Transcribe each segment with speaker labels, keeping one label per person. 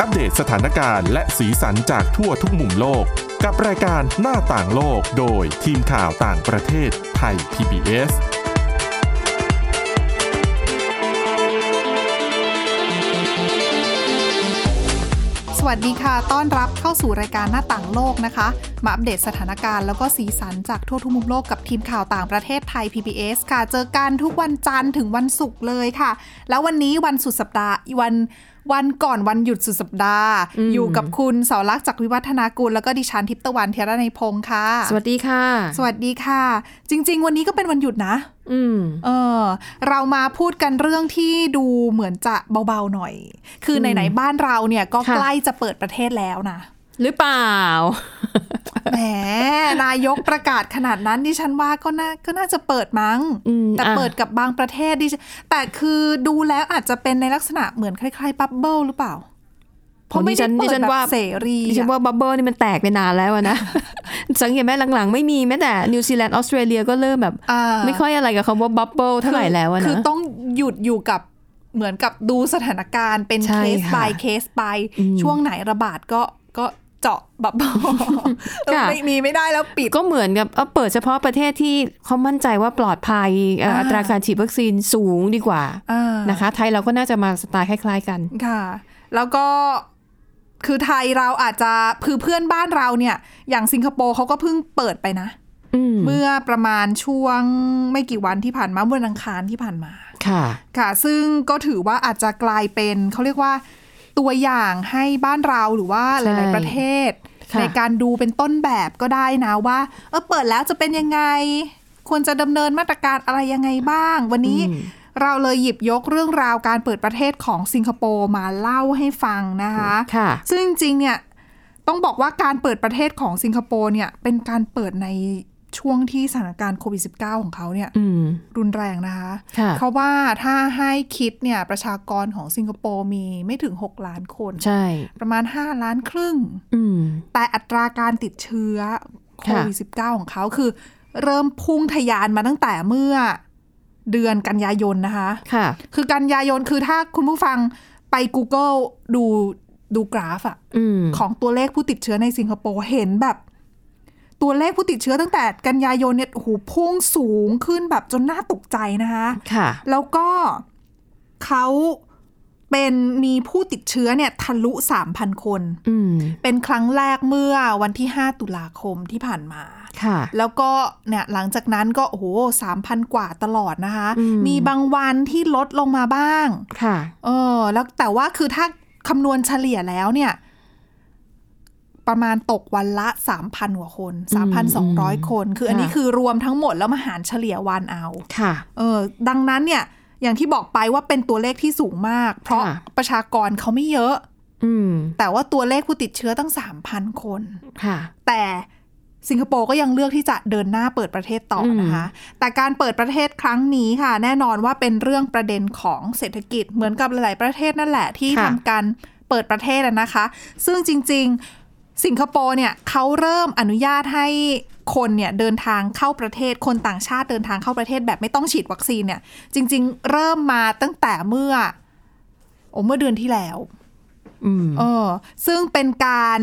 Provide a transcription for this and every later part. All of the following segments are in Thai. Speaker 1: อัปเดตสถานการณ์และสีสันจากทั่วทุกมุมโลก กับรายการหน้าต่างโลกโดยทีมข่าวต่างประเทศไทย PBS
Speaker 2: สวัสดีค่ะ ต้อนรับเข้าสู่รายการหน้าต่างโลกนะคะ มาอัปเดตสถานการณ์แล้วก็สีสันจากทั่วทุกมุมโลกกับทีมข่าวต่างประเทศไทย PBS ค่ะ เจอกันทุกวันจันทร์ถึงวันศุกร์เลยค่ะ แล้ววันนี้วันสุดสัปดาห์วันวันก่อนวันหยุดสุดสัปดาห์ อยู่กับคุณเสาลักษณ์จากวิวัฒนากุลแล้วก็ดิฉันทิพย์ตะวันเทยระในยพงค์ค่ะ
Speaker 3: สวัสดีค่ะ
Speaker 2: สวัสดีค่ะ จริง ๆ วันนี้ก็เป็นวันหยุดนะ
Speaker 3: อืม
Speaker 2: เออเรามาพูดกันเรื่องที่ดูเหมือนจะเบาๆหน่อย คือไหนๆบ้านเราเนี่ยก็
Speaker 3: ค่ะ
Speaker 2: ใกล้จะเปิดประเทศแล้วนะ
Speaker 3: หรือเปล่า
Speaker 2: แหม นายกประกาศขนาดนั้นดิฉันว่าก็น่าก็น่าจะเปิดมั้ง
Speaker 3: อืม
Speaker 2: แต่
Speaker 3: อ่ะ
Speaker 2: เปิดกับบางประเทศดิฉันแต่คือดูแล้วอาจจะเป็นในลักษณะเหมือนคล้ายๆบับเบิลหรือเปล่า เพราะไม่ได้เปิดแบบเสรี
Speaker 3: ดิฉัน
Speaker 2: อะ
Speaker 3: ว่าบับเบิลนี่มันแตกไปนานแล้ว อะนะ สังเกตไหมหลังๆ ไม่มีแม้แต่นิวซีแลนด์ออสเตรเลียก็เริ่มแบบ
Speaker 2: อ่า
Speaker 3: ไม่ค่อยอะไรกับคำว่าบับเบิลเท่าไหร่แล้วอะ
Speaker 2: คือ
Speaker 3: นะ
Speaker 2: ต้องหยุดอยู่กับเหมือนกับดูสถานการณ์เป็น
Speaker 3: ใช่
Speaker 2: เคส
Speaker 3: ค่ะ
Speaker 2: by เคส by ช่วงไหนระบาดก็ก็เจาะบั บเบิลเออ
Speaker 3: ค่ะ
Speaker 2: ไม่มีไม่ได้แล้วปิด
Speaker 3: ก็เหมือนกับเอาเปิดเฉพาะประเทศที่เขามั่นใจว่าปลอดภัยเอ่อ
Speaker 2: อ่า
Speaker 3: อัตราการฉีดวัคซีนสูงดีกว่า
Speaker 2: อ่า
Speaker 3: นะคะ ไทยเราก็น่าจะมาสไตล์คล้ายๆกัน
Speaker 2: ค่ะ แล้วก็คือไทยเราอาจจะคือเพื่อนบ้านเราเนี่ย อย่างสิงคโปร์เขาก็เพิ่งเปิดไปนะ
Speaker 3: อืม
Speaker 2: เมื่อประมาณช่วงไม่กี่วันที่ผ่านมาวันอังคารที่ผ่านมา
Speaker 3: ค่ะ
Speaker 2: ค่ะ ซึ่งก็ถือว่าอาจจะกลายเป็นเขาเรียกว่าตัวอย่างให้บ้านเราหรือว่าห
Speaker 3: ใช่
Speaker 2: ลาย ๆ ประเทศ
Speaker 3: ค่ะ
Speaker 2: ในการดูเป็นต้นแบบก็ได้นะว่าเออเปิดแล้วจะเป็นยังไง ควรจะดำเนินมาตรการอะไรยังไงบ้าง วันนี้เราเลยหยิบยกเรื่องราวการเปิดประเทศของสิงคโปร์มาเล่าให้ฟังนะคะ
Speaker 3: ค่ะ
Speaker 2: ซึ่งจริงๆเนี่ยต้องบอกว่าการเปิดประเทศของสิงคโปร์เนี่ยเป็นการเปิดในช่วงที่สถานการณ์โควิด -19 ของเขาเนี่ย
Speaker 3: อืม
Speaker 2: รุนแรงนะคะ
Speaker 3: ค่ะ
Speaker 2: เพราะว่าถ้าให้คิดเนี่ยประชากรของสิงคโปร์มีไม่ถึง 6 ล้านคน
Speaker 3: ใช่
Speaker 2: ประมาณ 5 ล้านครึ่ง
Speaker 3: อืม
Speaker 2: แต่อัตราการติดเชื้อโค
Speaker 3: ค่ะ
Speaker 2: วิด -19 ของเขาคือ เริ่มพุ่งทะยานมาตั้งแต่เมื่อเดือนกันยายนนะคะ
Speaker 3: ค่ะ
Speaker 2: คือกันยายนคือถ้าคุณผู้ฟังไป Google ดูดูกราฟอะ
Speaker 3: อืม
Speaker 2: ของตัวเลขผู้ติดเชื้อในสิงคโปร์เห็นแบบ ตัวเลขผู้ติดเชื้อตั้งแต่กันยายนเนี่ยโอ้โหูพุ่งสูงขึ้นแบบจนน่าตกใจนะคะ
Speaker 3: ค่ะ
Speaker 2: แล้วก็เขาเป็นมีผู้ติดเชื้อเนี่ยทะลุ 3,000 คน
Speaker 3: อืม
Speaker 2: เป็นครั้งแรกเมื่อวันที่ 5 ตุลาคมที่ผ่านมา
Speaker 3: ค่ะ
Speaker 2: แล้วก็เนี่ยหลังจากนั้นก็โอ้โหสามพันกว่าตลอดนะคะ
Speaker 3: อืม
Speaker 2: มีบางวันที่ลดลงมาบ้าง
Speaker 3: ค่ะ
Speaker 2: เออแล้วแต่ว่าคือถ้าคำนวณเฉลี่ยแล้วเนี่ย ประมาณตกวันละ 3,000กว่าคน 3,200 คน คืออันนี้
Speaker 3: ค่ะ
Speaker 2: คือรวมทั้งหมดแล้วมาหารเฉลี่ยวันเอา
Speaker 3: ค่ะ
Speaker 2: เออดังนั้นเนี่ย อย่างที่บอกไปว่าเป็นตัวเลขที่สูงมาก เพราะ
Speaker 3: ค่ะ
Speaker 2: ประชากรเขาไม่เยอะ
Speaker 3: อืม
Speaker 2: แต่ว่าตัวเลขผู้ติดเชื้อตั้ง 3,000 คน
Speaker 3: ค่ะ
Speaker 2: แต่สิงคโปร์ก็ยังเลือกที่จะเดินหน้าเปิดประเทศต่ออ
Speaker 3: ม
Speaker 2: นะคะ แต่การเปิดประเทศครั้งนี้ค่ะ แน่นอนว่าเป็นเรื่องประเด็นของเศรษฐกิจเหมือนกับหลาย ๆ ประเทศนั่นแหละที่ทำการเปิดประเทศอะนะคะ ซึ่งจริง ๆ สิงคโปร์เนี่ยเขาเริ่มอนุญาตให้คนเนี่ยเดินทางเข้าประเทศคนต่างชาติเดินทางเข้าประเทศแบบไม่ต้องฉีดวัคซีนเนี่ย จริง ๆ เริ่มมาตั้งแต่เมื่อโอ้เมื่อเดือนที่แล้ว
Speaker 3: อืม
Speaker 2: เออซึ่งเป็นการ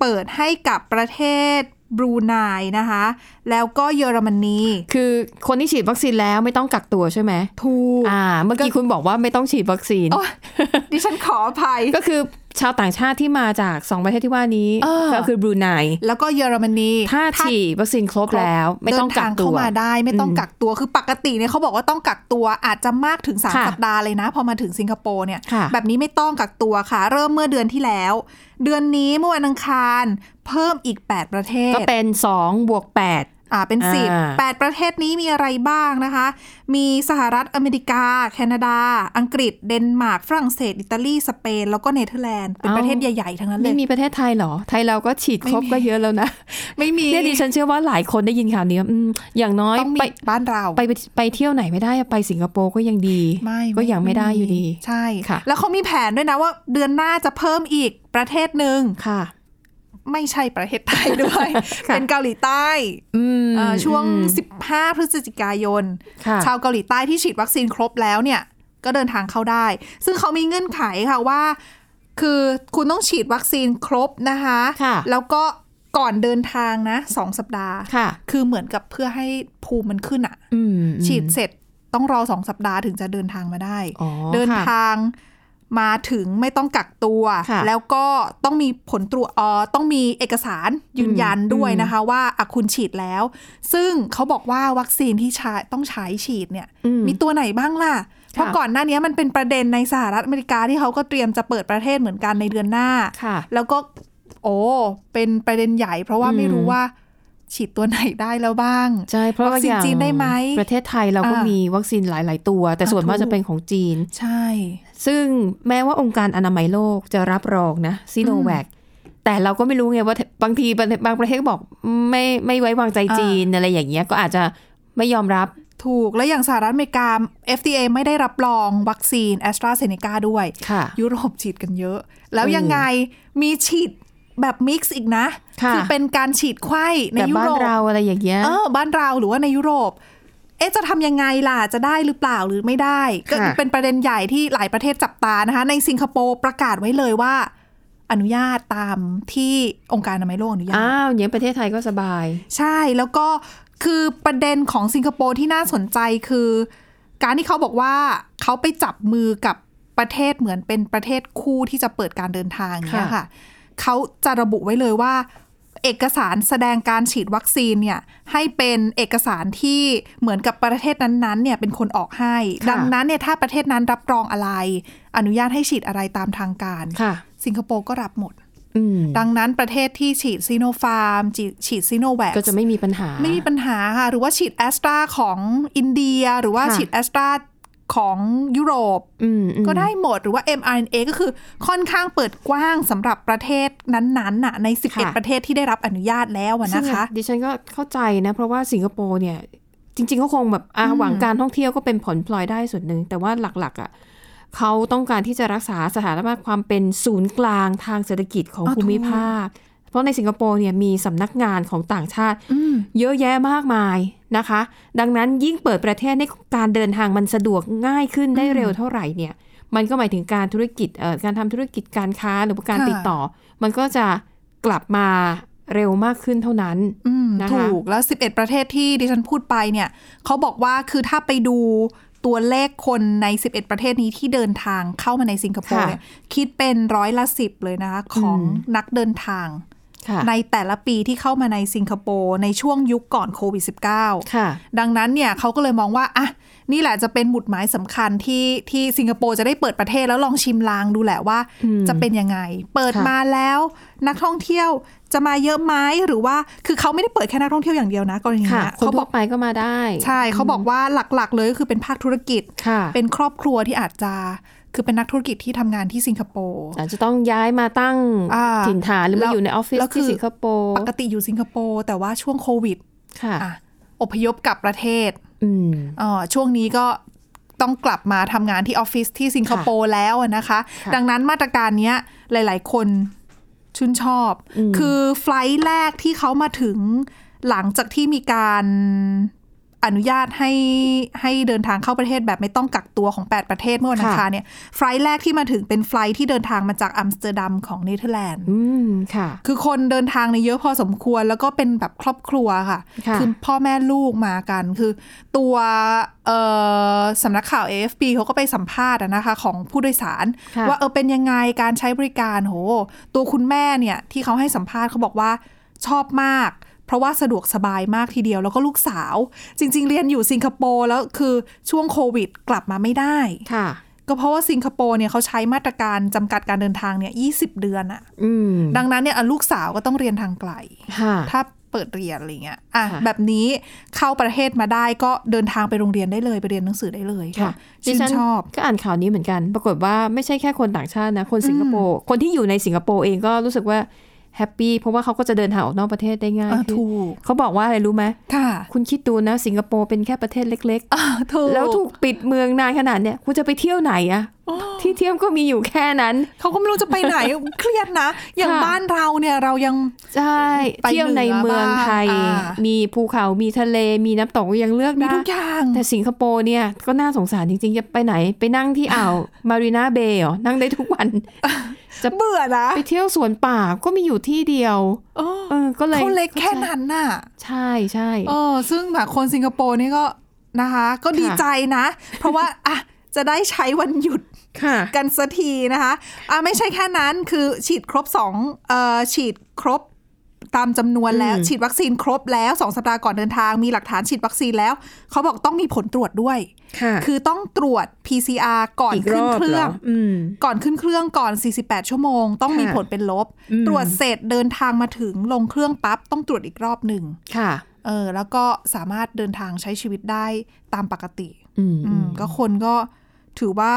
Speaker 2: เปิดให้กับประเทศบรูไนนะคะ แล้วก็เยอรมนี
Speaker 3: คือคนที่ฉีดวัคซีนแล้วไม่ต้องกักตัวใช่ไหม
Speaker 2: ถูก
Speaker 3: อ่า เมื่อกี้คุณบอกว่าไม่ต้องฉีดวัคซีน
Speaker 2: โอ๊ย ดิฉันขออภัย
Speaker 3: ก็คือชาวต่างชาติที่มาจาก 2 ประเทศที่ว่านี้
Speaker 2: เออ
Speaker 3: ก็คือบรูไน
Speaker 2: แล้วก็เยอรมนี
Speaker 3: ถ้าฉีดวัคซีนครบแล้ว ไม่ต้องกัก
Speaker 2: เดินทา
Speaker 3: ตั
Speaker 2: เข้าว มาได้ไม่ต้อง
Speaker 3: อืม
Speaker 2: กักตัวคือปกติเนี่ยเขาบอกว่าต้องกักตัวอาจจะมากถึง 3
Speaker 3: ค่ะ
Speaker 2: สัปดาห์เลยนะ พอมาถึงสิงคโปร์เนี่ย
Speaker 3: ค่ะ
Speaker 2: แบบนี้ไม่ต้องกักตัวค่ะ เริ่มเมื่อเดือนที่แล้ว เดือนนี้เมื่อวันอังคารเพิ่มอีก 8 ประเทศ
Speaker 3: ก็เป็น2บวก
Speaker 2: อ่าเป็น
Speaker 3: อ่า
Speaker 2: 10 8 ประเทศนี้มีอะไรบ้างนะคะ มีสหรัฐอเมริกา แคนาดา อังกฤษ เดนมาร์กฝรั่งเศส อิตาลี สเปน แล้วก็เนเธอร์แลนด์ เป็น
Speaker 3: เอ้า
Speaker 2: ประเทศใหญ่ ๆ ทั้งนั้น
Speaker 3: 8
Speaker 2: เลย
Speaker 3: นี่มีประเทศไทยเหรอ ไทยเราก็ฉีดครบ
Speaker 2: ไม่มี
Speaker 3: ก็เยอะแล้วนะ
Speaker 2: ไม่มี
Speaker 3: เนี่ยดิฉันเชื่อว่าหลายคนได้ยินข่าวนี้อืมอย่างน้อย
Speaker 2: ต้องมี
Speaker 3: ไป
Speaker 2: บ้านเรา
Speaker 3: ไปไปเที่ยวไหนไม่ได้อะไปสิงคโปร์ก็ยังดี
Speaker 2: ไม่
Speaker 3: ก็ยังไม่ได้อยู่ดี
Speaker 2: ใช่
Speaker 3: ค่ะ
Speaker 2: แล้วเขามีแผนด้วยนะว่าเดือนหน้าจะเพิ่มอีกประเทศหนึ่ง
Speaker 3: ค่ะ
Speaker 2: ไม่ใช่ประเทศไทยด้วย
Speaker 3: ค่ะ
Speaker 2: เป็นเกาหลีใต้
Speaker 3: อืม
Speaker 2: เอ่อช่วง
Speaker 3: อืม
Speaker 2: 15 พฤศจิกายน
Speaker 3: ค่ะ
Speaker 2: ชาวเกาหลีใต้ที่ฉีดวัคซีนครบแล้วเนี่ย ก็เดินทางเข้าได้ ซึ่งเขามีเงื่อนไขค่ะว่า คือคุณต้องฉีดวัคซีนครบนะคะ
Speaker 3: ค่ะ
Speaker 2: แล้วก็ก่อนเดินทางนะสองสัปดาห์
Speaker 3: ค่ะ
Speaker 2: คือเหมือนกับเพื่อให้ภูมิมันขึ้นอะ
Speaker 3: อืม
Speaker 2: ฉีดเสร็จต้องรอสองสัปดาห์ถึงจะเดินทางมาได้
Speaker 3: อ๋อ
Speaker 2: เดิน
Speaker 3: ค่ะ
Speaker 2: ทางมาถึงไม่ต้องกักตัว
Speaker 3: ค่ะ
Speaker 2: แล้วก็ต้องมีผลตรวจเอ่อต้องมีเอกสารยืนยันด้วยนะคะ ว่าอะคุณฉีดแล้ว ซึ่งเขาบอกว่าวัคซีนที่ใช้ต้องใช้ฉีดเนี่ย
Speaker 3: อืม
Speaker 2: มีตัวไหนบ้างล่ะ เพราะก่อนหน้านี้มันเป็นประเด็นในสหรัฐอเมริกาที่เขาก็เตรียมจะเปิดประเทศเหมือนกันในเดือนหน้า
Speaker 3: ค่ะ
Speaker 2: แล้วก็โอ้เป็นประเด็นใหญ่ เพราะว่า
Speaker 3: อืม
Speaker 2: ไม่รู้ว่าฉีดตัวไหนได้แล้วบ้าง
Speaker 3: ใช่เพราะ
Speaker 2: วัคซีน
Speaker 3: อย่าง
Speaker 2: จีนได้ไหม
Speaker 3: ประเทศไทยเราก็
Speaker 2: อ่ามี
Speaker 3: มีวัคซีนหลาย ๆ ตัว แต่
Speaker 2: อ่า
Speaker 3: ส่วนมาก
Speaker 2: ถูก
Speaker 3: จะเป็นของจีน
Speaker 2: ใช่
Speaker 3: ซึ่งแม้ว่าองค์การอนามัยโลกจะรับรองนะซีโนแวคแต่เราก็ไม่รู้ไงว่าบางทีบางประเทศก็บอกไม่ไม่ไว้วางใจ
Speaker 2: อ่า
Speaker 3: จีนอะไรอย่างเงี้ยก็อาจจะไม่ยอมรับ
Speaker 2: ถูกแล้วอย่างสหรัฐอเมริกา FDA ไม่ได้รับรองวัคซีนแอสตราเซเนกาด้วย
Speaker 3: ค่ะ
Speaker 2: ยุโรปฉีดกันเยอะ แล้วยังไงมีฉีดแบบมิกซ์อีกนะ
Speaker 3: ค่ะ
Speaker 2: อเป็นการฉีดไข้ใน
Speaker 3: แต่
Speaker 2: ยุ
Speaker 3: บ้า
Speaker 2: โรป
Speaker 3: นเราอะไรอย่างเงี้ย
Speaker 2: เออบ้านเราหรือว่าในยุโรป เอ๊ะจะทำยังไงล่ะ จะได้หรือเปล่าหรือไม่ได้ ก็
Speaker 3: ค่ะ
Speaker 2: เป็นประเด็นใหญ่ที่หลายประเทศจับตานะคะ ในสิงคโปร์ประกาศไว้เลยว่า อนุญาตตามที่องค์การอนามัยโลกอนุญาต
Speaker 3: อ้าวอย่างเงี้ยประเทศไทยก็สบาย
Speaker 2: ใช่แล้วก็คือประเด็นของสิงคโปร์ที่น่าสนใจคือ การที่เขาบอกว่าเขาไปจับมือกับประเทศเหมือนเป็นประเทศคู่ที่จะเปิดการเดินทางเนี่ย
Speaker 3: ค่ะ
Speaker 2: ค่ะเขาจะระบุไว้เลยว่า เอกสารแสดงการฉีดวัคซีนเนี่ยให้เป็นเอกสารที่เหมือนกับประเทศนั้นๆเนี่ยเป็นคนออกให้ ดังนั้นเนี่ยถ้าประเทศนั้นรับรองอะไร อนุญาตให้ฉีดอะไรตามทางการ
Speaker 3: ค่ะ
Speaker 2: สิงคโปร์ก็รับหมด
Speaker 3: อืม
Speaker 2: ดังนั้นประเทศที่ฉีดซีโนฟาร์มฉีดซีโนแวค
Speaker 3: ก็จะไม่มีปัญหา
Speaker 2: ไม่มีปัญหาค่ะ หรือว่าฉีดแอสตราของอินเดีย หรือว่า
Speaker 3: ค่ะ
Speaker 2: ฉีดแอสตราของยุโรป
Speaker 3: อืมอืม
Speaker 2: ก็ได้หมดหรือว่า mRNA ก็คือค่อนข้างเปิดกว้างสำหรับประเทศนั้นๆน่ะใน 11 ประเทศที่ได้รับอนุญาตแล้วอะ
Speaker 3: ซึ่
Speaker 2: นะ
Speaker 3: ง
Speaker 2: คะ
Speaker 3: ดิฉันก็เข้าใจนะ เพราะว่าสิงคโปร์เนี่ย จริงๆก็คงแบบอ่ะหวังการท่องเที่ยวก็เป็นผลพลอยได้ส่วนหนึ่ง แต่ว่าหลักๆอ่ะเขาต้องการที่จะรักษาสถานภาพความเป็นศูนย์กลางทางเศรษฐกิจของ
Speaker 2: อ๋อ
Speaker 3: ภูมิ
Speaker 2: ถูก
Speaker 3: ภาค เพราะในสิงคโปร์เนี่ยมีสำนักงานของต่างชาติ
Speaker 2: อืม
Speaker 3: เยอะแยะมากมายนะคะ ดังนั้นยิ่งเปิดประเทศให้การเดินทางมันสะดวกง่ายขึ้นได้เร็วเท่าไหร่เนี่ย มันก็หมายถึงการธุรกิจเอ่อการทำธุรกิจการค้าหรือว่าการ
Speaker 2: ค่ะ
Speaker 3: ติดต่อ มันก็จะกลับมาเร็วมากขึ้นเท่านั้น
Speaker 2: อืม
Speaker 3: นะคะ
Speaker 2: ถูกแล้ว 11 ประเทศที่ดิฉันพูดไปเนี่ยเขาบอกว่าคือถ้าไปดูตัวเลขคนใน 11 ประเทศนี้ที่เดินทางเข้ามาในสิงคโปร์
Speaker 3: ค่ะ
Speaker 2: เนี่ยคิดเป็นร้อยละสิบเลยนะคะของนักเดินทาง
Speaker 3: ค่ะ
Speaker 2: ในแต่ละปีที่เข้ามาในสิงคโปร์ในช่วงยุคก่อนโควิด -19
Speaker 3: ค่ะ
Speaker 2: ดังนั้นเนี่ยเขาก็เลยมองว่าอ่ะนี่แหละจะเป็นหมุดหมายสำคัญที่ที่สิงคโปร์จะได้เปิดประเทศแล้วลองชิมลางดูแหละว่า
Speaker 3: อืม
Speaker 2: จะเป็นยังไง เปิด
Speaker 3: ค่ะ
Speaker 2: มาแล้ว นักท่องเที่ยวจะมาเยอะไหมหรือว่าคือเขาไม่ได้เปิดแค่นักท่องเที่ยวอย่างเดียวนะกรณี
Speaker 3: ค่ะ
Speaker 2: เนี้ย
Speaker 3: คน
Speaker 2: เขาบ
Speaker 3: ทั่
Speaker 2: อ
Speaker 3: ว
Speaker 2: ก
Speaker 3: ไปก็มาได้
Speaker 2: ใช่เขาบอกว่าหลักๆ เลยก็คือเป็นภาคธุรกิจ
Speaker 3: ค่ะ
Speaker 2: เป็นครอบครัวที่อาจจะคือเป็นนักธุรกิจที่ทำงานที่สิงคโปร์
Speaker 3: อาจจะต้องย้ายมาตั้ง
Speaker 2: อ่า
Speaker 3: ถิ่นฐานหรือ
Speaker 2: แล้
Speaker 3: มาว อยู่ในออฟฟิศ
Speaker 2: แล้ว
Speaker 3: ที่
Speaker 2: คือ
Speaker 3: สิงคโปร์
Speaker 2: ปกติอยู่สิงคโปร์แต่ว่าช่วงโควิด
Speaker 3: ค่ะ
Speaker 2: อ่ะอพยพกลับประเทศ
Speaker 3: อืม
Speaker 2: เอ่อช่วงนี้ก็ต้องกลับมาทำงานที่ออฟฟิศที่สิงคโปร์แล้วอะนะคะ
Speaker 3: ค่ะ
Speaker 2: ดังนั้นมาตรการเนี้ยหลาย ๆ คนชื่นชอบ
Speaker 3: อืม
Speaker 2: คือไฟลท์แรกที่เขามาถึงหลังจากที่มีการอนุญาตให้ให้เดินทางเข้าประเทศแบบไม่ต้องกักตัวของ 8 ประเทศเมื่อวันอังคารเนี่ยไฟลท์แรกที่มาถึงเป็นไฟลท์ที่เดินทางมาจากอัมสเตอร์ดัมของเนเธอร์แลนด์
Speaker 3: อืมค่ะ
Speaker 2: คือคนเดินทางในยเยอะพอสมควรแล้วก็เป็นแบบครอบครัวค่ะ
Speaker 3: ค่ะ
Speaker 2: อพ่อแม่ลูกมากัน คือตัวเอ่อสำนักข่าว AFP เขาก็ไปสัมภาษณ์อะนะคะของผู้โดยสาร
Speaker 3: ค่ะ
Speaker 2: ว่าเออเป็นยังไงการใช้บริการโห ตัวคุณแม่เนี่ยที่เขาให้สัมภาษณ์เขาบอกว่าชอบมาก เพราะว่าสะดวกสบายมากทีเดียวแล้วก็ลูกสาว จริง ๆ เรียนอยู่สิงคโปร์แล้วคือช่วงโควิดกลับมาไม่ได้
Speaker 3: ค่ะ
Speaker 2: ก็เพราะว่าสิงคโปร์เนี่ยเขาใช้มาตรการจำกัดการเดินทางเนี่ย20 เดือนอะ
Speaker 3: อืม
Speaker 2: ดังนั้นเนี่ยอ่ะลูกสาวก็ต้องเรียนทางไกล
Speaker 3: ค่ะ
Speaker 2: ถ้าเปิดเรียนอะไรเงี้ยอ่ะ
Speaker 3: ค่ะ
Speaker 2: แบบนี้เข้าประเทศมาได้ก็เดินทางไปโรงเรียนได้เลยไปเรียนหนังสือได้เลย
Speaker 3: ค่ะ
Speaker 2: ชื่นชอบ
Speaker 3: ดิฉันก็อ่านข่าวนี้เหมือนกัน ปรากฏว่าไม่ใช่แค่คนต่างชาตินะ คนสิงคโปร์ คนที่อยู่ในสิงคโปร์เองก็รู้สึกว่าแฮปปี้ เพราะว่าเขาก็จะเดินทางออกนอกประเทศได้ง่าย
Speaker 2: อ่ะ
Speaker 3: ขึ้น
Speaker 2: ถูก
Speaker 3: เขาบอกว่าอะไรรู้ไหม
Speaker 2: ค่ะ
Speaker 3: คุณคิดดูนะสิงคโปร์เป็นแค่ประเทศเล็ก
Speaker 2: ถูก
Speaker 3: ๆ แล้วถูกปิดเมืองนานขนาดเนี้ยคุณจะไปเที่ยวไหนอะ ที่เที่ยวก็มีอยู่แค่นั้น
Speaker 2: เขาก็ไม่รู้จะไปไหน เครียดนะ อย่าง
Speaker 3: ค่ะ
Speaker 2: บ้านเราเนี่ยเรายัง
Speaker 3: ใช่
Speaker 2: ไป
Speaker 3: เที่ยวในเมืองไทย
Speaker 2: เหนือบ้างอ่ามี
Speaker 3: มีภูเขามีทะเลมีน้ำตกยังเลือก
Speaker 2: มี
Speaker 3: ได้
Speaker 2: ทุกอย่าง
Speaker 3: แต่สิงคโปร์เนี่ยก็น่าสงสารจริงๆ จะไปไหนไปนั่งที่อ่าว มารีนาเบย์เหรอ นั่งได้ทุกวัน จะ
Speaker 2: เบื่อนะ
Speaker 3: ไปเที่ยวสวนป่าก็มีอยู่ที่เดียว
Speaker 2: เออ
Speaker 3: เออก็เลย
Speaker 2: เขาเล็กแค่นั้นน่ะ
Speaker 3: ใช่ใช่
Speaker 2: เออซึ่งแบบคนสิงคโปร์นี่ก็นะคะ ก็ดี
Speaker 3: ค่ะ
Speaker 2: ใจนะ เพราะว่าอ่ะจะได้ใช้วันหยุด
Speaker 3: ค่ะ
Speaker 2: กันสักทีนะคะอ่าไม่ใช่แค่นั้นคือฉีดครบ2องเอ่อฉีดครบตามจำนวนแล้ว
Speaker 3: อืม
Speaker 2: ฉีดวัคซีนครบแล้ว 2 สัปดาห์ก่อนเดินทางมีหลักฐานฉีดวัคซีนแล้ว เขาบอกต้องมีผลตรวจด้วย
Speaker 3: ค่ะ
Speaker 2: คือต้องตรวจ PCR ก่อนขึ้นเครื่อง
Speaker 3: อืม
Speaker 2: ก่อนขึ้นเครื่องก่อน 48 ชั่วโมง ต้องมี
Speaker 3: ค่ะ
Speaker 2: ผลเป็นลบ
Speaker 3: อืม
Speaker 2: ตรวจเสร็จเดินทางมาถึงลงเครื่องปั๊บ ต้องตรวจอีกรอบหนึ่ง
Speaker 3: ค่ะ
Speaker 2: เออแล้วก็สามารถเดินทางใช้ชีวิตได้ตามปกติ
Speaker 3: อืม
Speaker 2: อืมก็คนก็ถือว่า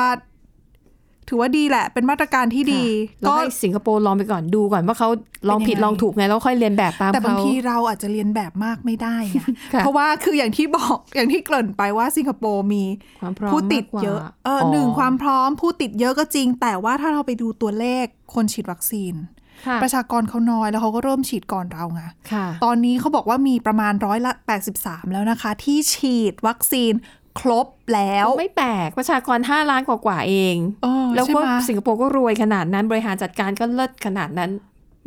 Speaker 2: ถือว่าดีแหละ เป็นมาตรการที่ดี
Speaker 3: เรา
Speaker 2: ก็
Speaker 3: ให้สิงคโปร์ลองไปก่อนดูก่อนว่าเขาลองผิด
Speaker 2: เป็นยังไง
Speaker 3: ลองถูกไงแล้วค่อยเรียนแบบตาม
Speaker 2: แต่บาง
Speaker 3: เขา
Speaker 2: ทีเราอาจจะเรียนแบบมากไม่ได้ไง
Speaker 3: ค่ะ
Speaker 2: เพราะว่าคืออย่างที่บอก อย่างที่เกริ่นไปว่าสิงคโปร์มี
Speaker 3: ความพร้อม
Speaker 2: ผู้ติด
Speaker 3: มากกว่า
Speaker 2: เยอะเอออหนึ่งความพร้อมผู้ติดเยอะก็จริง แต่ว่าถ้าเราไปดูตัวเลขคนฉีดวัคซีน
Speaker 3: ค่ะ
Speaker 2: ประชากรเขาน้อยแล้วเขาก็เริ่มฉีดก่อนเราไง
Speaker 3: ค่ะ
Speaker 2: ตอนนี้เขาบอกว่ามีประมาณร้อยละ83 แล้วนะคะ ที่ฉีดวัคซีนครบแล้ว
Speaker 3: ไม่แปลกประชากร 5 ล้านกว่ากว่าๆเอง
Speaker 2: เออ
Speaker 3: แล้ว
Speaker 2: ใช่
Speaker 3: ก็
Speaker 2: ไหม
Speaker 3: สิงคโปร์ก็รวยขนาดนั้นบริหารจัดการก็เลิศขนาดนั้น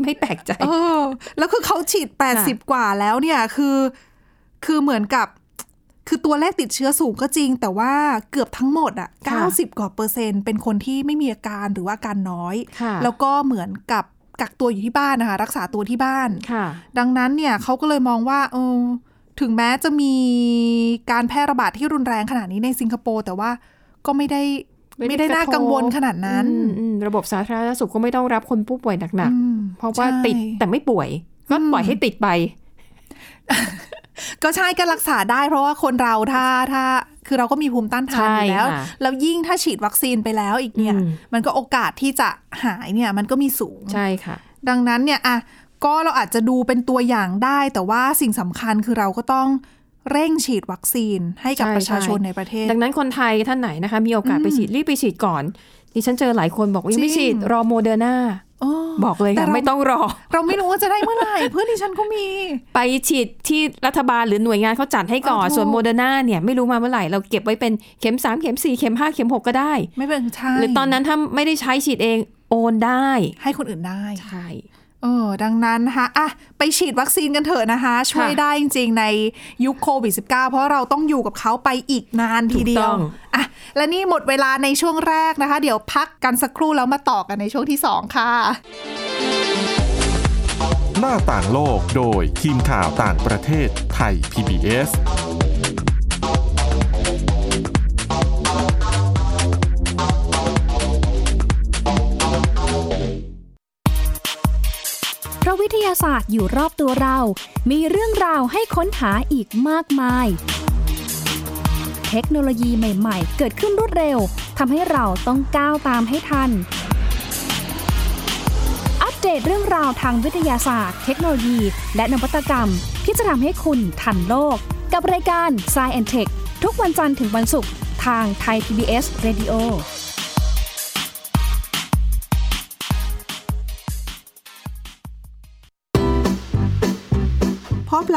Speaker 3: ไม่แปลกใจ
Speaker 2: เออแล้วคือเขาฉีด 80 กว่าแล้วเนี่ยคือ คือเหมือนกับ คือตัวเลขติดเชื้อสูงก็จริง แต่ว่าเกือบทั้งหมดอ่ะ
Speaker 3: ค่ะ
Speaker 2: 90 กว่าเปอร์เซ็นต์เป็นคนที่ไม่มีอาการหรือว่าอาการน้อย
Speaker 3: ค่ะ
Speaker 2: แล้วก็เหมือนกับกักตัวอยู่ที่บ้านนะคะ รักษาตัวที่บ้าน
Speaker 3: ค่ะ
Speaker 2: ดังนั้นเนี่ยเขาก็เลยมองว่าเออถึงแม้จะมีการแพร่ระบาดที่รุนแรงขนาดนี้ในสิงคโปร์แต่ว่าก็ไม่ได้
Speaker 3: ไม่
Speaker 2: ไม่
Speaker 3: ได้
Speaker 2: ได้น่ากังวล
Speaker 3: กระทบ
Speaker 2: ขนาดนั้น
Speaker 3: อืมอืมระบบสาธารณสุขก็ไม่ต้องรับคนผู้ป่วยหนัก
Speaker 2: อืม
Speaker 3: ๆ เพราะว่า
Speaker 2: ใช่
Speaker 3: ติดแต่ไม่ป่วย ก็ปล่อยให้ติดไป
Speaker 2: ก็ใช่ก็รักษาได้เพราะว่าคนเราถ้าถ้าคือเราก็มีภูมิต้านทานอยู่แล้ว
Speaker 3: ใช่ค่ะ
Speaker 2: แล้วยิ่งถ้าฉีดวัคซีนไปแล้วอีกเนี่ย
Speaker 3: อืม
Speaker 2: มันก็โอกาสที่จะหายเนี่ยมันก็มีสูง
Speaker 3: ใช่ค่ะ
Speaker 2: ดังนั้นเนี่ยอะก็เราอาจจะดูเป็นตัวอย่างได้ แต่ว่าสิ่งสำคัญคือเราก็ต้องเร่งฉีดวัคซีนให้กับ
Speaker 3: ใช่
Speaker 2: ประชาชน
Speaker 3: ใช่
Speaker 2: ในประเทศ
Speaker 3: ดังนั้นคนไทยท่านไหนนะคะ มีโอกาสไปฉีดรีบไปฉีดก่อนดิฉันเจอหลายคนบอกว่ายังไม่
Speaker 2: จริ
Speaker 3: ฉี
Speaker 2: ง
Speaker 3: ดรอโมเดอร์นา
Speaker 2: โอ้
Speaker 3: บอกเลย
Speaker 2: แต่
Speaker 3: ค่ะ
Speaker 2: เรา
Speaker 3: ไม่ต้องรอ
Speaker 2: เราไม่รู้ว่าจะได้เมื่อไหร่ เพื่อนดิฉันก็มี
Speaker 3: ไปฉีดที่รัฐบาลหรือหน่วยงานเขาจัดให้ก่อน
Speaker 2: เออถูก
Speaker 3: ส่วนโมเดอร์นาเนี่ยไม่รู้มาเมื่อไหร่เราเก็บไว้เป็นเข็มสามเข็มสี่เข็มห้าเข็มหกก็ได้
Speaker 2: ไม่เป็นใช่
Speaker 3: หรือตอนนั้นถ้าไม่ได้ใช้ฉีดเองโอนได้
Speaker 2: ให้คนอื่นได้
Speaker 3: ใช่
Speaker 2: เออดังนั้นนะคะอ่ะไปฉีดวัคซีนกันเถอะนะคะ ช่วย
Speaker 3: ค่ะ
Speaker 2: ได้จริงๆ ในยุคโควิด -19 เพราะเราต้องอยู่กับเขาไปอีกนานทีเดี
Speaker 3: ถูก
Speaker 2: ย
Speaker 3: ต้
Speaker 2: ว
Speaker 3: อง
Speaker 2: อ่ะและนี่หมดเวลาในช่วงแรกนะคะ เดี๋ยวพักกันสักครู่แล้วมาต่อกันในช่วงที่ 2 ค่ะ
Speaker 1: หน้าต่างโลกโดยทีมข่าวต่างประเทศไทย PBS
Speaker 4: เพราะวิทยาศาสตร์อยู่รอบตัวเรา มีเรื่องราวให้ค้นหาอีกมากมาย เทคโนโลยีใหม่ๆ เกิดขึ้นรวดเร็ว ทำให้เราต้องก้าวตามให้ทัน อัปเดตเรื่องราวทางวิทยาศาสตร์ เทคโนโลยี และนวัตกรรม ที่จะทำให้คุณทันโลก กับรายการ s c i e n t e c h ทุกวันจันทร์ถึงวันศุกร์ทางไทย PBS Radio
Speaker 5: พบห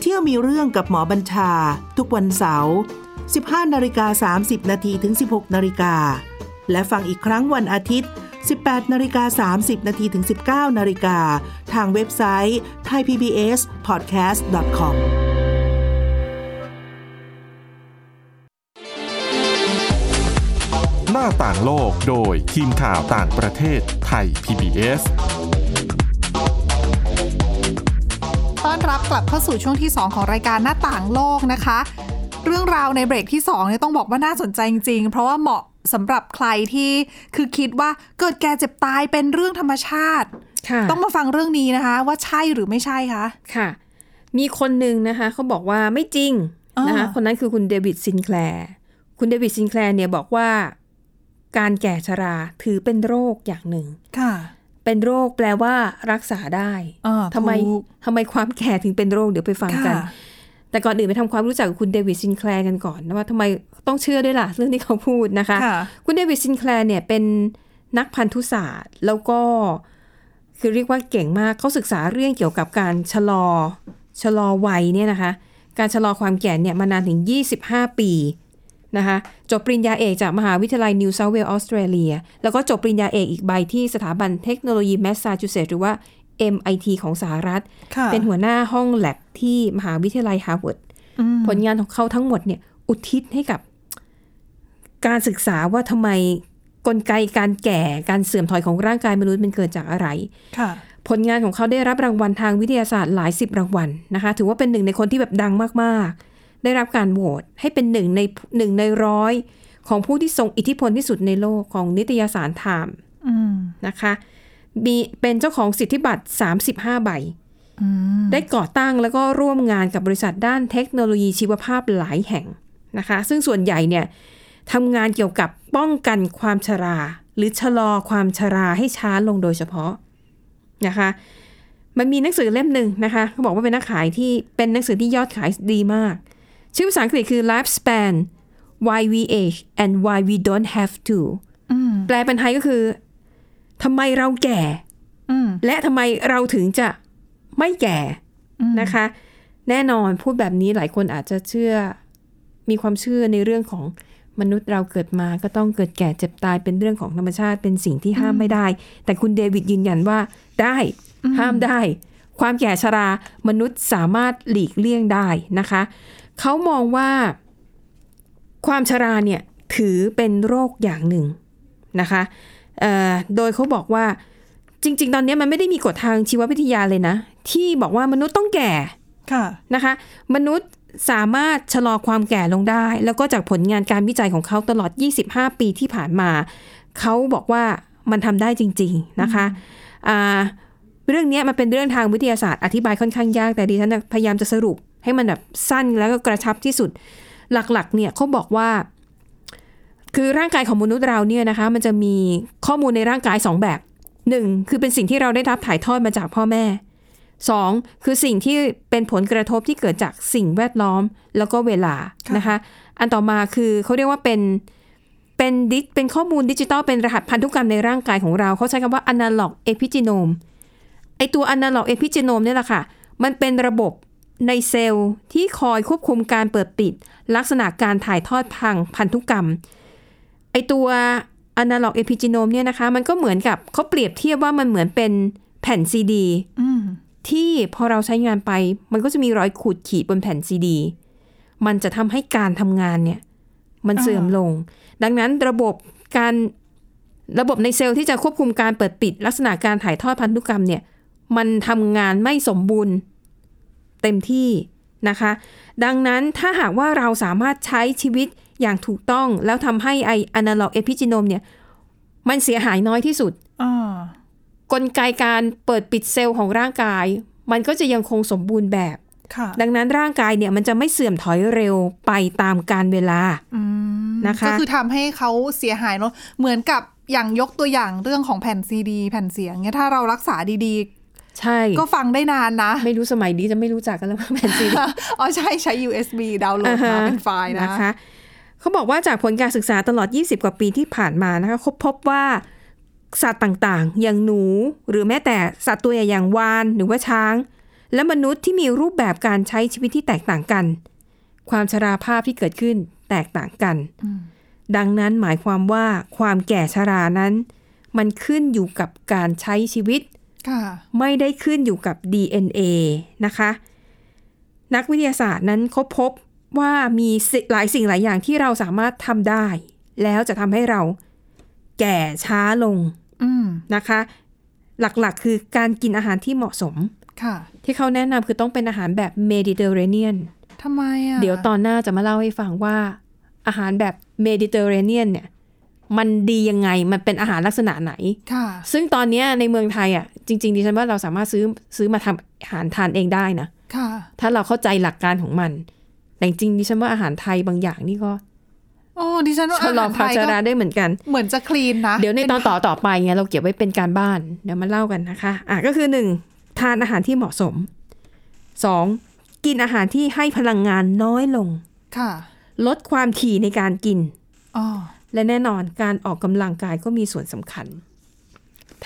Speaker 5: เที่ยวมีเรื่องกับหมอบัญชา ทุกวันเสาร์ 15นาฬิกา30นาทีถึง 16นาฬิกาและฟังอีกครั้งวันอาทิตย์ 18นาฬิกา30นาทีถึง 19นาฬิกาทางเว็บไซต์ thaipbspodcast.com
Speaker 1: หน้าต่างโลกโดยทีมข่าวต่างประเทศไทย PBS
Speaker 2: ต้อนรับกลับเข้าสู่ช่วงที่ 2 ของรายการหน้าต่างโลกนะคะ เรื่องราวในเบรกที่2เนี่ยต้องบอกว่าน่าสนใจจริงๆ เพราะว่าเหมาะ สำหรับใครที่คือคิดว่าเกิดแก่เจ็บตายเป็นเรื่องธรรมชาติ
Speaker 3: ค่ะ
Speaker 2: ต้องมาฟังเรื่องนี้นะคะ ว่าใช่หรือไม่ใช่คะ
Speaker 3: ค่ะ มีคนหนึ่งนะคะเขาบอกว่าไม่จริง
Speaker 2: อ่าน
Speaker 3: นะคะคนนั้นคือคุณเดวิดซินแคลร์คุณเดวิดซินแคลร์เนี่ยบอกว่าการแก่ชราถือเป็นโรคอย่างหนึ่ง
Speaker 2: ค่ะ
Speaker 3: เป็นโรคแปลว่ารักษาได้
Speaker 2: อ่า
Speaker 3: ทำไม
Speaker 2: ถูก
Speaker 3: ทำไมความแก่ถึงเป็นโรคเดี๋ยวไปฟังกัน
Speaker 2: ค่ะ
Speaker 3: แต่ก่อนอื่นไปทำความรู้จักกับคุณเดวิดซินแคลร์กันก่อนนะว่าทำไมต้องเชื่อด้วยล่ะเรื่องที่เขาพูดนะคะ
Speaker 2: ค่ะ
Speaker 3: คุณเดวิดซินแคลร์เนี่ยเป็นนักพันธุศาสตร์ แล้วก็คือเรียกว่าเก่งมากเขาศึกษาเรื่องเกี่ยวกับการชะลอชะลอวัยเนี่ยนะคะ การชะลอความแก่เนี่ยมานานถึง 25 ปีนะคะจบปริญญาเอกจากมหาวิทยาลัยนิวเซาท์เวลส์ออสเตรเลียแล้วก็จบปริญญาเอกอีกใบที่สถาบันเทคโนโลยีแมสซาชูเซตส์หรือว่า MIT ของสหรัฐ
Speaker 2: ค่ะ
Speaker 3: เป็นหัวหน้าห้องแลบที่มหาวิทยาลัยฮาร์วาร์ด
Speaker 2: อืม
Speaker 3: ผลงานของเขาทั้งหมดเนี่ยอุทิศให้กับการศึกษาว่าทำไมกลไกการแก่การเสื่อมถอยของร่างกายมนุษย์มันเกิดจากอะไร
Speaker 2: ค่ะ
Speaker 3: ผลงานของเขาได้รับรางวัลทางวิทยาศาสตร์หลายสิบรางวัลนะคะ ถือว่าเป็นหนึ่งในคนที่แบบดังมากๆ ได้รับการโหวตให้เป็นหนึ่งในหนึ่งในร้อยของผู้ที่ทรงอิทธิพลที่สุดในโลกของนิตยสารไทม์
Speaker 2: อืม
Speaker 3: นะคะมีเป็นเจ้าของสิทธิบัตร 35 ใบ
Speaker 2: อืม
Speaker 3: ได้ก่อตั้งแล้วก็ร่วมงานกับบริษัทด้านเทคโนโลยีชีวภาพหลายแห่งนะคะ ซึ่งส่วนใหญ่เนี่ยทำงานเกี่ยวกับป้องกันความชรา หรือชะลอความชราให้ช้าลงโดยเฉพาะนะคะ มันมีหนังสือเล่มหนึ่งนะคะเขาบอกว่าเป็นนักขายที่เป็นหนังสือที่ยอดขายดีมาก ชื่อภาษาอังกฤษคือ lifespan why we age and why we don't have to
Speaker 2: อืม
Speaker 3: แปลเป็นไทยก็คือทำไมเราแก่
Speaker 2: อืม
Speaker 3: และทำไมเราถึงจะไม่แก่
Speaker 2: อืม
Speaker 3: นะคะแน่นอนพูดแบบนี้หลายคนอาจจะเชื่อมีความเชื่อในเรื่องของมนุษย์เราเกิดมาก็ต้องเกิดแก่เจ็บตายเป็นเรื่องของธรรมชาติเป็นสิ่งที่ห้ามไม่ได้ แต่คุณเดวิดยืนยันว่าได้ห้ามได้ ความแก่ชรามนุษย์สามารถหลีกเลี่ยงได้นะคะเขามองว่าความชราเนี่ยถือเป็นโรคอย่างหนึ่งนะคะเอ่อโดยเขาบอกว่า จริง ๆ ตอนนี้มันไม่ได้มีกฎทางชีววิทยาเลยนะ ที่บอกว่ามนุษย์ต้องแก่
Speaker 2: ค่ะ
Speaker 3: นะคะ มนุษย์สามารถชะลอความแก่ลงได้ แล้วก็จากผลงานการวิจัยของเขาตลอด 25 ปีที่ผ่านมา เขาบอกว่ามันทำได้จริง ๆ นะคะอ่าเรื่องเนี้ยมันเป็นเรื่องทางวิทยาศาสตร์อธิบายค่อนข้างยาก แต่ดิฉันน่ะพยายามจะสรุปให้มันแบบสั้นแล้วก็กระชับที่สุด หลักๆ เนี่ยเขาบอกว่า คือร่างกายของมนุษย์เราเนี่ยนะคะ มันจะมีข้อมูลในร่างกายสองแบบหนึ่งคือเป็นสิ่งที่เราได้รับถ่ายทอดมาจากพ่อแม่สองคือสิ่งที่เป็นผลกระทบที่เกิดจากสิ่งแวดล้อมแล้วก็เวลานะคะ อันต่อมาคือเขาเรียกว่าเป็นเป็นดิจเป็นข้อมูลดิจิตอลเป็นรหัสพันธุกรรมในร่างกายของเราเขาใช้คำว่า analog epigenome ไอตัว analog epigenome เนี่ยแหละค่ะ มันเป็นระบบในเซลล์ที่คอยควบคุมการเปิดปิด ลักษณะการถ่ายทอดทางพันธุกรรม ไอตัวอนาล็อกเอพิจ n โนมเนี่ยนะคะ มันก็เหมือนกับเขาเปรียบเทียบว่ามันเหมือนเป็นแผ่นซีดี
Speaker 2: อืม
Speaker 3: ที่พอเราใช้งานไป มันก็จะมีรอยขูดขีดบนแผ่นซีดี มันจะทำให้การทำงานเนี่ย มันเสื่อมลง ดังนั้นระบบการระบบในเซลล์ที่จะควบคุมการเปิดปิด ลักษณะการถ่ายทอดพันธุกรรมเนี่ย มันทำงานไม่สมบูรณ์เต็มที่นะคะ ดังนั้นถ้าหากว่าเราสามารถใช้ชีวิตอย่างถูกต้อง แล้วทำให้ไออนาล็อกเอพิจิโนมเนี่ย มันเสียหายน้อยที่สุด
Speaker 2: อ่าก
Speaker 3: ลไกการเปิดปิดเซลล์ของร่างกาย มันก็จะยังคงสมบูรณ์แบบ
Speaker 2: ค่ะ
Speaker 3: ดังนั้นร่างกายเนี่ยมันจะไม่เสื่อมถอยเร็วไปตามการเวลา
Speaker 2: อืม
Speaker 3: นะคะ
Speaker 2: ก็คือทำให้เขาเสียหายเนอะเหมือนกับอย่างยกตัวอย่างเรื่องของแผ่นซีดี แผ่นเสียงเนี่ยถ้าเรารักษาดี
Speaker 3: ใช่
Speaker 2: ๆ ก็ฟังได้นานนะ
Speaker 3: ไม่รู้สมัยนี้จะไม่รู้จักกันแล้วมั้งแผ่ นซีดี
Speaker 2: อ๋อใช่ใช้ USB ดาวน์โหลดมาเป็นไฟล์นะ
Speaker 3: คะเขาบอกว่าจากผลการศึกษาตลอด 20 กว่าปีที่ผ่านมานะคะเขาพบว่าสัตว์ต่างๆ อย่างหนู หรือแม้แต่สัตว์ตัวใหญ่อย่างวานหรือว่าช้าง และมนุษย์ที่มีรูปแบบการใช้ชีวิตที่แตกต่างกัน ความชราภาพที่เกิดขึ้นแตกต่างกัน ดังนั้นหมายความว่าความแก่ชรานั้น มันขึ้นอยู่กับการใช้ชีวิต
Speaker 2: ค่ะ
Speaker 3: ไม่ได้ขึ้นอยู่กับ DNA นะคะ นักวิทยาศาสตร์นั้นเขาพบว่ามีสิหลายสิ่งหลายอย่างที่เราสามารถทำได้ แล้วจะทำให้เราแก่ช้าลง
Speaker 2: อืม
Speaker 3: นะคะ หลักๆ คือการกินอาหารที่เหมาะสม
Speaker 2: ค่ะ
Speaker 3: ที่เขาแนะนำคือต้องเป็นอาหารแบบเมดิเตอร์เรเนียน
Speaker 2: ทำไมอ่ะ
Speaker 3: เดี๋ยวตอนหน้าจะมาเล่าให้ฟังว่า อาหารแบบเมดิเตอร์เรเนียนเนี่ย มันดียังไงมันเป็นอาหารลักษณะไหน
Speaker 2: ค่ะ
Speaker 3: ซึ่งตอนเนี้ยในเมืองไทยอ่ะจริง ๆดิฉันว่าเราสามารถซื้อซื้อมาทำอาหารทานเองได้นะ
Speaker 2: ค่ะ
Speaker 3: ถ้าเราเข้าใจหลักการของมัน แต่จริงๆดิฉันว่าอาหารไทยบางอย่างนี่ก็
Speaker 2: โอ้ดิฉันว่า
Speaker 3: ชะลอ
Speaker 2: หร
Speaker 3: ภาช
Speaker 2: ก็
Speaker 3: ราได้เหมือนกัน
Speaker 2: เหมือนจะคลีนนะ
Speaker 3: เดี๋ยวในตอน
Speaker 2: เป็
Speaker 3: ต่อต่อไปเนี่ยเราเก็บไว้เป็นการบ้าน เดี๋ยวมาเล่ากันนะคะ อ่ะก็คือหนึ่งทานอาหารที่เหมาะสมสองกินอาหารที่ให้พลังงานน้อยลง
Speaker 2: ค่ะ
Speaker 3: ลดความถี่ในการกิน
Speaker 2: อ๋อ
Speaker 3: และแน่นอนการออกกำลังกายก็มีส่วนสำคัญ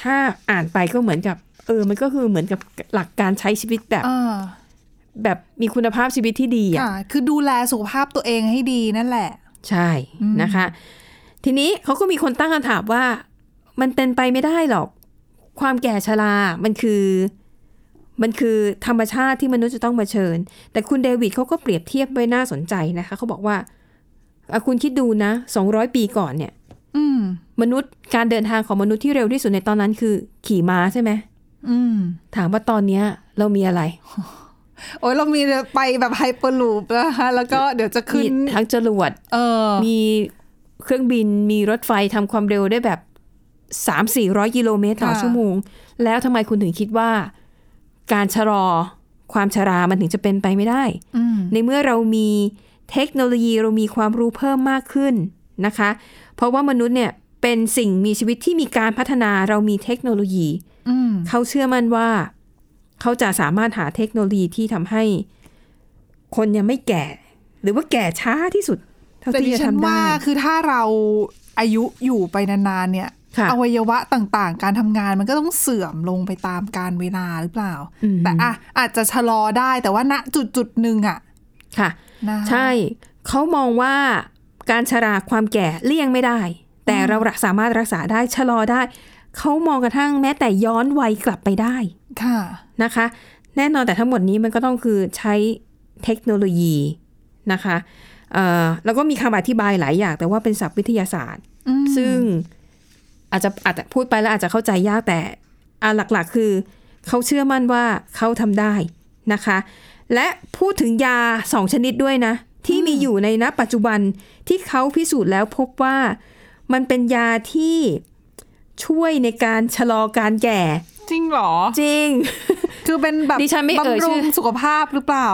Speaker 3: ถ้าอ่านไปก็เหมือนกับ เออ มันก็คือเหมือนกับหลักการใช้ชีวิตแบบ
Speaker 2: อ่า
Speaker 3: แบบมีคุณภาพชีวิตที่ดีอ่ะ
Speaker 2: ค่ะ คือดูแลสุขภาพตัวเองให้ดีนั่นแหละ
Speaker 3: ใช่นะคะ ทีนี้เขาก็มีคนตั้งคำถามว่า มันเป็นไปไม่ได้หรอก ความแก่ชรา มันคือ มันคือธรรมชาติที่มนุษย์จะต้องเผชิญ แต่คุณเดวิดเขาก็เปรียบเทียบไว้น่าสนใจนะคะเขาบอกว่าอ่ะคุณคิดดูนะ 200 ปีก่อนเนี่ย
Speaker 2: อืม
Speaker 3: มนุษย์การเดินทางของมนุษย์ที่เร็วที่สุดในตอนนั้นคือ ขี่ม้าใช่ไหม
Speaker 2: อืม
Speaker 3: ถามว่าตอนเนี้ยเรามีอะไร
Speaker 2: โอ้ยเรามีไปแบบไฮเปอร์ลูปนะคะแล้วก็เดี๋ยวจะขึ้น
Speaker 3: มีทั้งจรวด
Speaker 2: เออ
Speaker 3: มีเครื่องบินมีรถไฟทำความเร็วได้แบบ 3 4 0 0 กิโลเมตรต่อ
Speaker 2: ค่ะ
Speaker 3: ชั่วโมง แล้วทำไมคุณถึงคิดว่า การชะลอความชรามันถึงจะเป็นไปไม่ได้
Speaker 2: อืม
Speaker 3: ในเมื่อเรามีเทคโนโลยีเรามีความรู้เพิ่มมากขึ้นนะคะ เพราะว่ามนุษย์เนี่ยเป็นสิ่งมีชีวิตที่มีการพัฒนาเรามีเทคโนโลยี
Speaker 2: อืม
Speaker 3: เขาเชื่อมั่นว่าเขาจะสามารถหาเทคโนโลยีที่ทำให้คนเนี่ยไม่แก่ หรือว่าแก่ช้าที่สุด เท่า
Speaker 2: แต่
Speaker 3: ที่
Speaker 2: ดิ
Speaker 3: จะ
Speaker 2: ฉัน
Speaker 3: ทำ
Speaker 2: ว่า
Speaker 3: ได้
Speaker 2: คือถ้าเราอายุอยู่ไปนานๆเนี่ย
Speaker 3: ค่ะ
Speaker 2: อวัยวะต่างๆ การทำงานมันก็ต้องเสื่อมลงไปตามการเวลาหรือเปล่า
Speaker 3: อืม
Speaker 2: แต่อ่ะอาจจะชะลอได้แต่ว่าณจุดจุดๆหนึ่งอ่ะ
Speaker 3: ค่ะ
Speaker 2: นะคะ
Speaker 3: ใช่เขามองว่าการชราความแก่เลี่ยงไม่ได้ แต่เรารักสามารถรักษาได้ชะลอได้ เขามองกระทั่งแม้แต่ย้อนวัยกลับไปได้
Speaker 2: ค่ะ
Speaker 3: นะคะ แน่นอนแต่ทั้งหมดนี้มันก็ต้องคือใช้เทคโนโลยีนะคะเอ่อแล้วก็มีคำอธิบายหลายอย่าง แต่ว่าเป็นศัพท์วิทยาศาสตร์
Speaker 2: อืม
Speaker 3: ซึ่งอาจจะอาจจะพูดไปแล้วอาจจะเข้าใจยากแต่อ่ะหลักๆ คือ เขาเชื่อมั่นว่าเขาทำได้นะคะ และพูดถึงยาสองชนิดด้วยนะ ที่มีอยู่ในณปัจจุบันที่เขาพิสูจน์แล้วพบว่ามันเป็นยาที่ช่วยในการชะลอการแก่
Speaker 2: จริงเหรอ
Speaker 3: จริง
Speaker 2: คือเป็นแบบ
Speaker 3: ดิฉันไม่เอ่ย
Speaker 2: บำรุ
Speaker 3: ชื่
Speaker 2: ง
Speaker 3: อ
Speaker 2: สุขภาพหรือเปล่า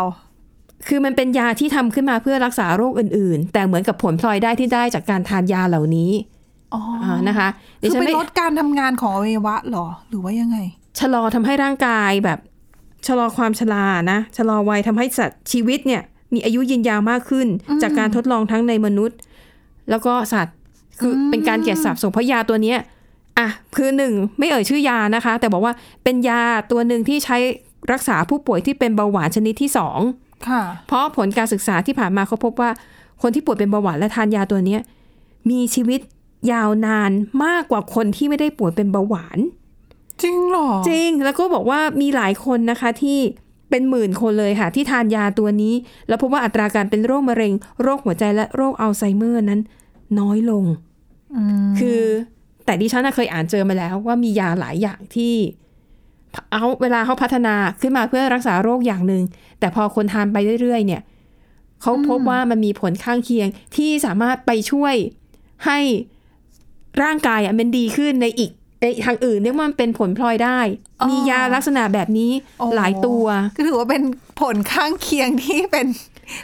Speaker 3: คือมันเป็นยาที่ทำขึ้นมาเพื่อรักษาโรคอื่นๆ แต่เหมือนกับผลพลอยได้ที่ได้จากการทานยาเหล่านี้
Speaker 2: อ๋อ
Speaker 3: อ่านะคะดิ
Speaker 2: คือ
Speaker 3: ฉัน
Speaker 2: ไป
Speaker 3: ไม่
Speaker 2: ลดการทำงานของอวัยวะเหรอ หรือว่ายังไง
Speaker 3: ชะลอทำให้ร่างกายแบบชะลอความชรานะชะลอวัยทำให้สัตว์ชีวิตเนี่ยมีอายุยืนยาวมากขึ้น จากการทดลองทั้งในมนุษย์ แล้วก็สัตว์คืออเป็นการเกียรติศัพท์ส่งเพราะยาตัวเนี้ยอ่ะคือหนึ่งไม่เอ่ยชื่อยานะคะ แต่บอกว่าเป็นยาตัวหนึ่งที่ใช้รักษาผู้ป่วยที่เป็นเบาหวานชนิดที่สอง
Speaker 2: ค่ะ
Speaker 3: เพราะผลการศึกษาที่ผ่านมาเขาพบว่า คนที่ป่วยเป็นเบาหวานและทานยาตัวเนี้ยมีชีวิตยาวนานมากกว่าคนที่ไม่ได้ป่วยเป็นเบาหวาน
Speaker 2: จริงเหรอ
Speaker 3: จริง แล้วก็บอกว่ามีหลายคนนะคะที่เป็นหมื่นคนเลยค่ะ ที่ทานยาตัวนี้ แล้วพบว่าอัตราการเป็นโรคมะเร็ง โรคหัวใจและโรคอัลไซเมอร์นั้น น้อยลง
Speaker 2: อืม
Speaker 3: คือแต่ดิฉันน่ะเคยอ่านเจอมาแล้วว่ามียาหลายอย่างที่เอาเวลาเขาพัฒนาขึ้นมาเพื่อรักษาโรคอย่างหนึ่งแต่พอคนทานไปเรื่อยๆ เนี่ยเขาพบว่ามันมีผลข้างเคียงที่สามารถไปช่วยให้ร่างกายอ่ะมันดีขึ้นในอีกเอ้ยทางอื่นเรียกว่ามันเป็นผลพลอยได้ มียาลักษณะแบบนี้
Speaker 2: โอ้
Speaker 3: หลายตัว
Speaker 2: ก็ถือว่าเป็นผลข้างเคียงที่เป็น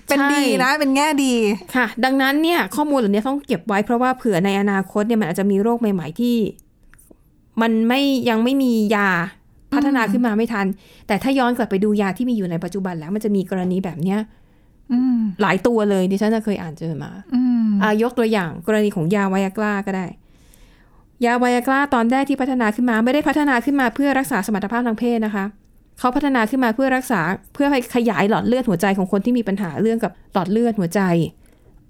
Speaker 2: เป็น
Speaker 3: ใช่
Speaker 2: ดีนะเป็นแง่ดี
Speaker 3: ค่ะ ดังนั้นเนี่ยข้อมูลเหล่านี้ต้องเก็บไว้เพราะว่าเผื่อในอนาคตเนี่ยมันอาจจะมีโรคใหม่ ๆ ที่ มันไม่ยังไม่มียาพัฒนาขึ้นมาไม่ทัน แต่ถ้าย้อนกลับไปดูยาที่มีอยู่ในปัจจุบันแล้ว มันจะมีกรณีแบบเนี้ย
Speaker 2: อืม
Speaker 3: หลายตัวเลยดิฉันน่ะเคยอ่านเจอมา
Speaker 2: อืม
Speaker 3: อายกตัวอย่างกรณีของยาไวอากร้าก็ได้ ยาไวอากร้าตอนแรกที่พัฒนาขึ้นมา ไม่ได้พัฒนาขึ้นมาเพื่อรักษาสมรรถภาพทางเพศนะคะเขาพัฒนาขึ้นมาเพื่อรักษาเพื่อให้ขยายหลอดเลือดหัวใจของคนที่มีปัญหาเรื่องกับหลอดเลือดหัวใจ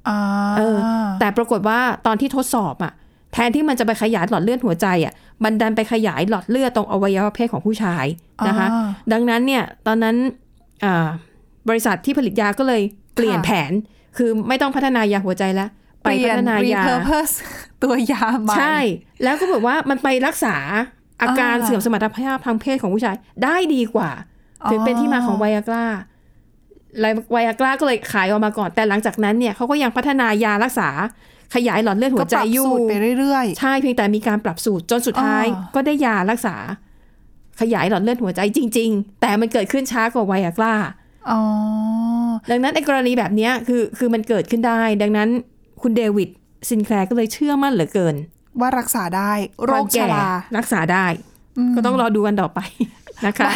Speaker 2: อ่า
Speaker 3: เออ แต่ปรากฏว่าตอนที่ทดสอบอะแทนที่มันจะไปขยายหลอดเลือดหัวใจอะมันดันไปขยายหลอดเลือดตรงอวัยวะเพศของผู้ชายนะคะ
Speaker 2: อ่า
Speaker 3: ดังนั้นเนี่ยตอนนั้นอ่าบริษัทที่ผลิตยาก็เลยเปลี่ยน
Speaker 2: ค่ะ
Speaker 3: แผน คือไม่ต้องพัฒนายาหัวใจแล้ว ไปพัฒนายา
Speaker 2: repurpose ตัวยาใหม่
Speaker 3: ใช่ แล้วก็แบบว่ามันไปรักษาอาการ
Speaker 2: อ่า
Speaker 3: เสื่อมสมรรถภาพทางเพศของผู้ชายได้ดีกว่า ถึงเป็นที่มาของไวอากร้าไวอากร้าก็เลยขายออกมาก่อน แต่หลังจากนั้นเนี่ยเขาก็ยังพัฒนายารักษา ขยายหลอดเลือดหั
Speaker 2: ก็
Speaker 3: วใจ
Speaker 2: ปรับ
Speaker 3: อยู่
Speaker 2: สูตรไปเรื่อย
Speaker 3: ใช่เพียงแต่มีการปรับสูตรจนสุดท้าย
Speaker 2: อ่า
Speaker 3: ก็ได้ยารักษา ขยายหลอดเลือดหัวใจจริง ๆ แต่มันเกิดขึ้นช้ากว่าไวอากร้า
Speaker 2: ๆ อ๋อ
Speaker 3: ดังนั้นไอ้กรณีแบบเนี้ยคือคือมันเกิดขึ้นได้ ดังนั้นคุณเดวิดซินแคลร์ก็เลยเชื่อมั่นเหลือเกิน
Speaker 2: ว่ารักษาได้โร
Speaker 3: วาม
Speaker 2: คช
Speaker 3: แก่
Speaker 2: รา
Speaker 3: รักษาได้
Speaker 2: อืม
Speaker 3: ก็ต้องรอดูกันต่ อไป นะคะ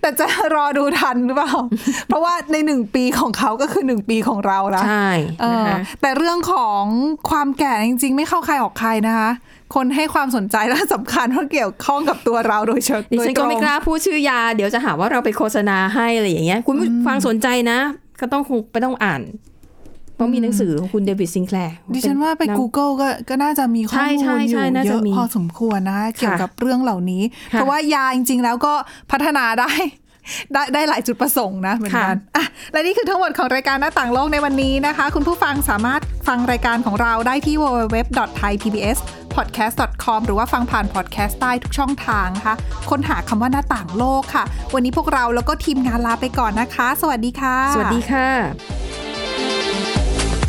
Speaker 2: แต่จะรอดูทันหรือเปล่า เพราะว่าในหนึ่งปีของเขาก็คือหนึ่งปีของเราละ
Speaker 3: ใช่
Speaker 2: เออ
Speaker 3: นะคะ
Speaker 2: แต่เรื่องของความแก่จริงๆ ไม่เข้าใครออกใครนะคะ คนให้ความสนใจและสำคัญเพราะเกี่ยวข้องกับตัวเราโดยเฉพาะ
Speaker 3: ดิ
Speaker 2: โดย
Speaker 3: ฉัน
Speaker 2: ต
Speaker 3: ก็
Speaker 2: รง
Speaker 3: ไม่กล้าพูดชื่อยา เดี๋ยวจะหาว่าเราไปโฆษณาให้อะไรอย่างเงี้ย คุณผู้ฟังสนใจนะ ก็ต้องคงไปต้องอ่าน เพราะมีหนังสือของคุณเดวิดซินแคลร์
Speaker 2: ดิฉันว่าไป Google ก็ก็น่าจะมีข้อ
Speaker 3: ใช่
Speaker 2: มูล
Speaker 3: ใช่
Speaker 2: อ
Speaker 3: ใช่
Speaker 2: ยู่
Speaker 3: น่า
Speaker 2: เย
Speaker 3: จะ
Speaker 2: อะ
Speaker 3: มี
Speaker 2: พอสมควรนะคะเกี่ยวกับเรื่องเหล่านี้
Speaker 3: ค่ะ
Speaker 2: เพราะว่ายาจริงๆ แล้วก็พัฒนาได้ ได้ได้หลายจุดประสงค์นะเหมือนกันอ่ะและนี่คือทั้งหมดของรายการหน้าต่างโลกในวันนี้นะคะ คุณผู้ฟังสามารถฟังรายการของเราได้ที่ www.thaipbspodcast.com หรือว่าฟังผ่านพอดแคสต์ได้ทุกช่องทางนะคะค้นหาคำว่าหน้าต่างโลกค่ะ วันนี้พวกเราแล้วก็ทีมงานลาไปก่อนนะคะ สวัสดีค่ะ
Speaker 3: สวัสดีค่ะ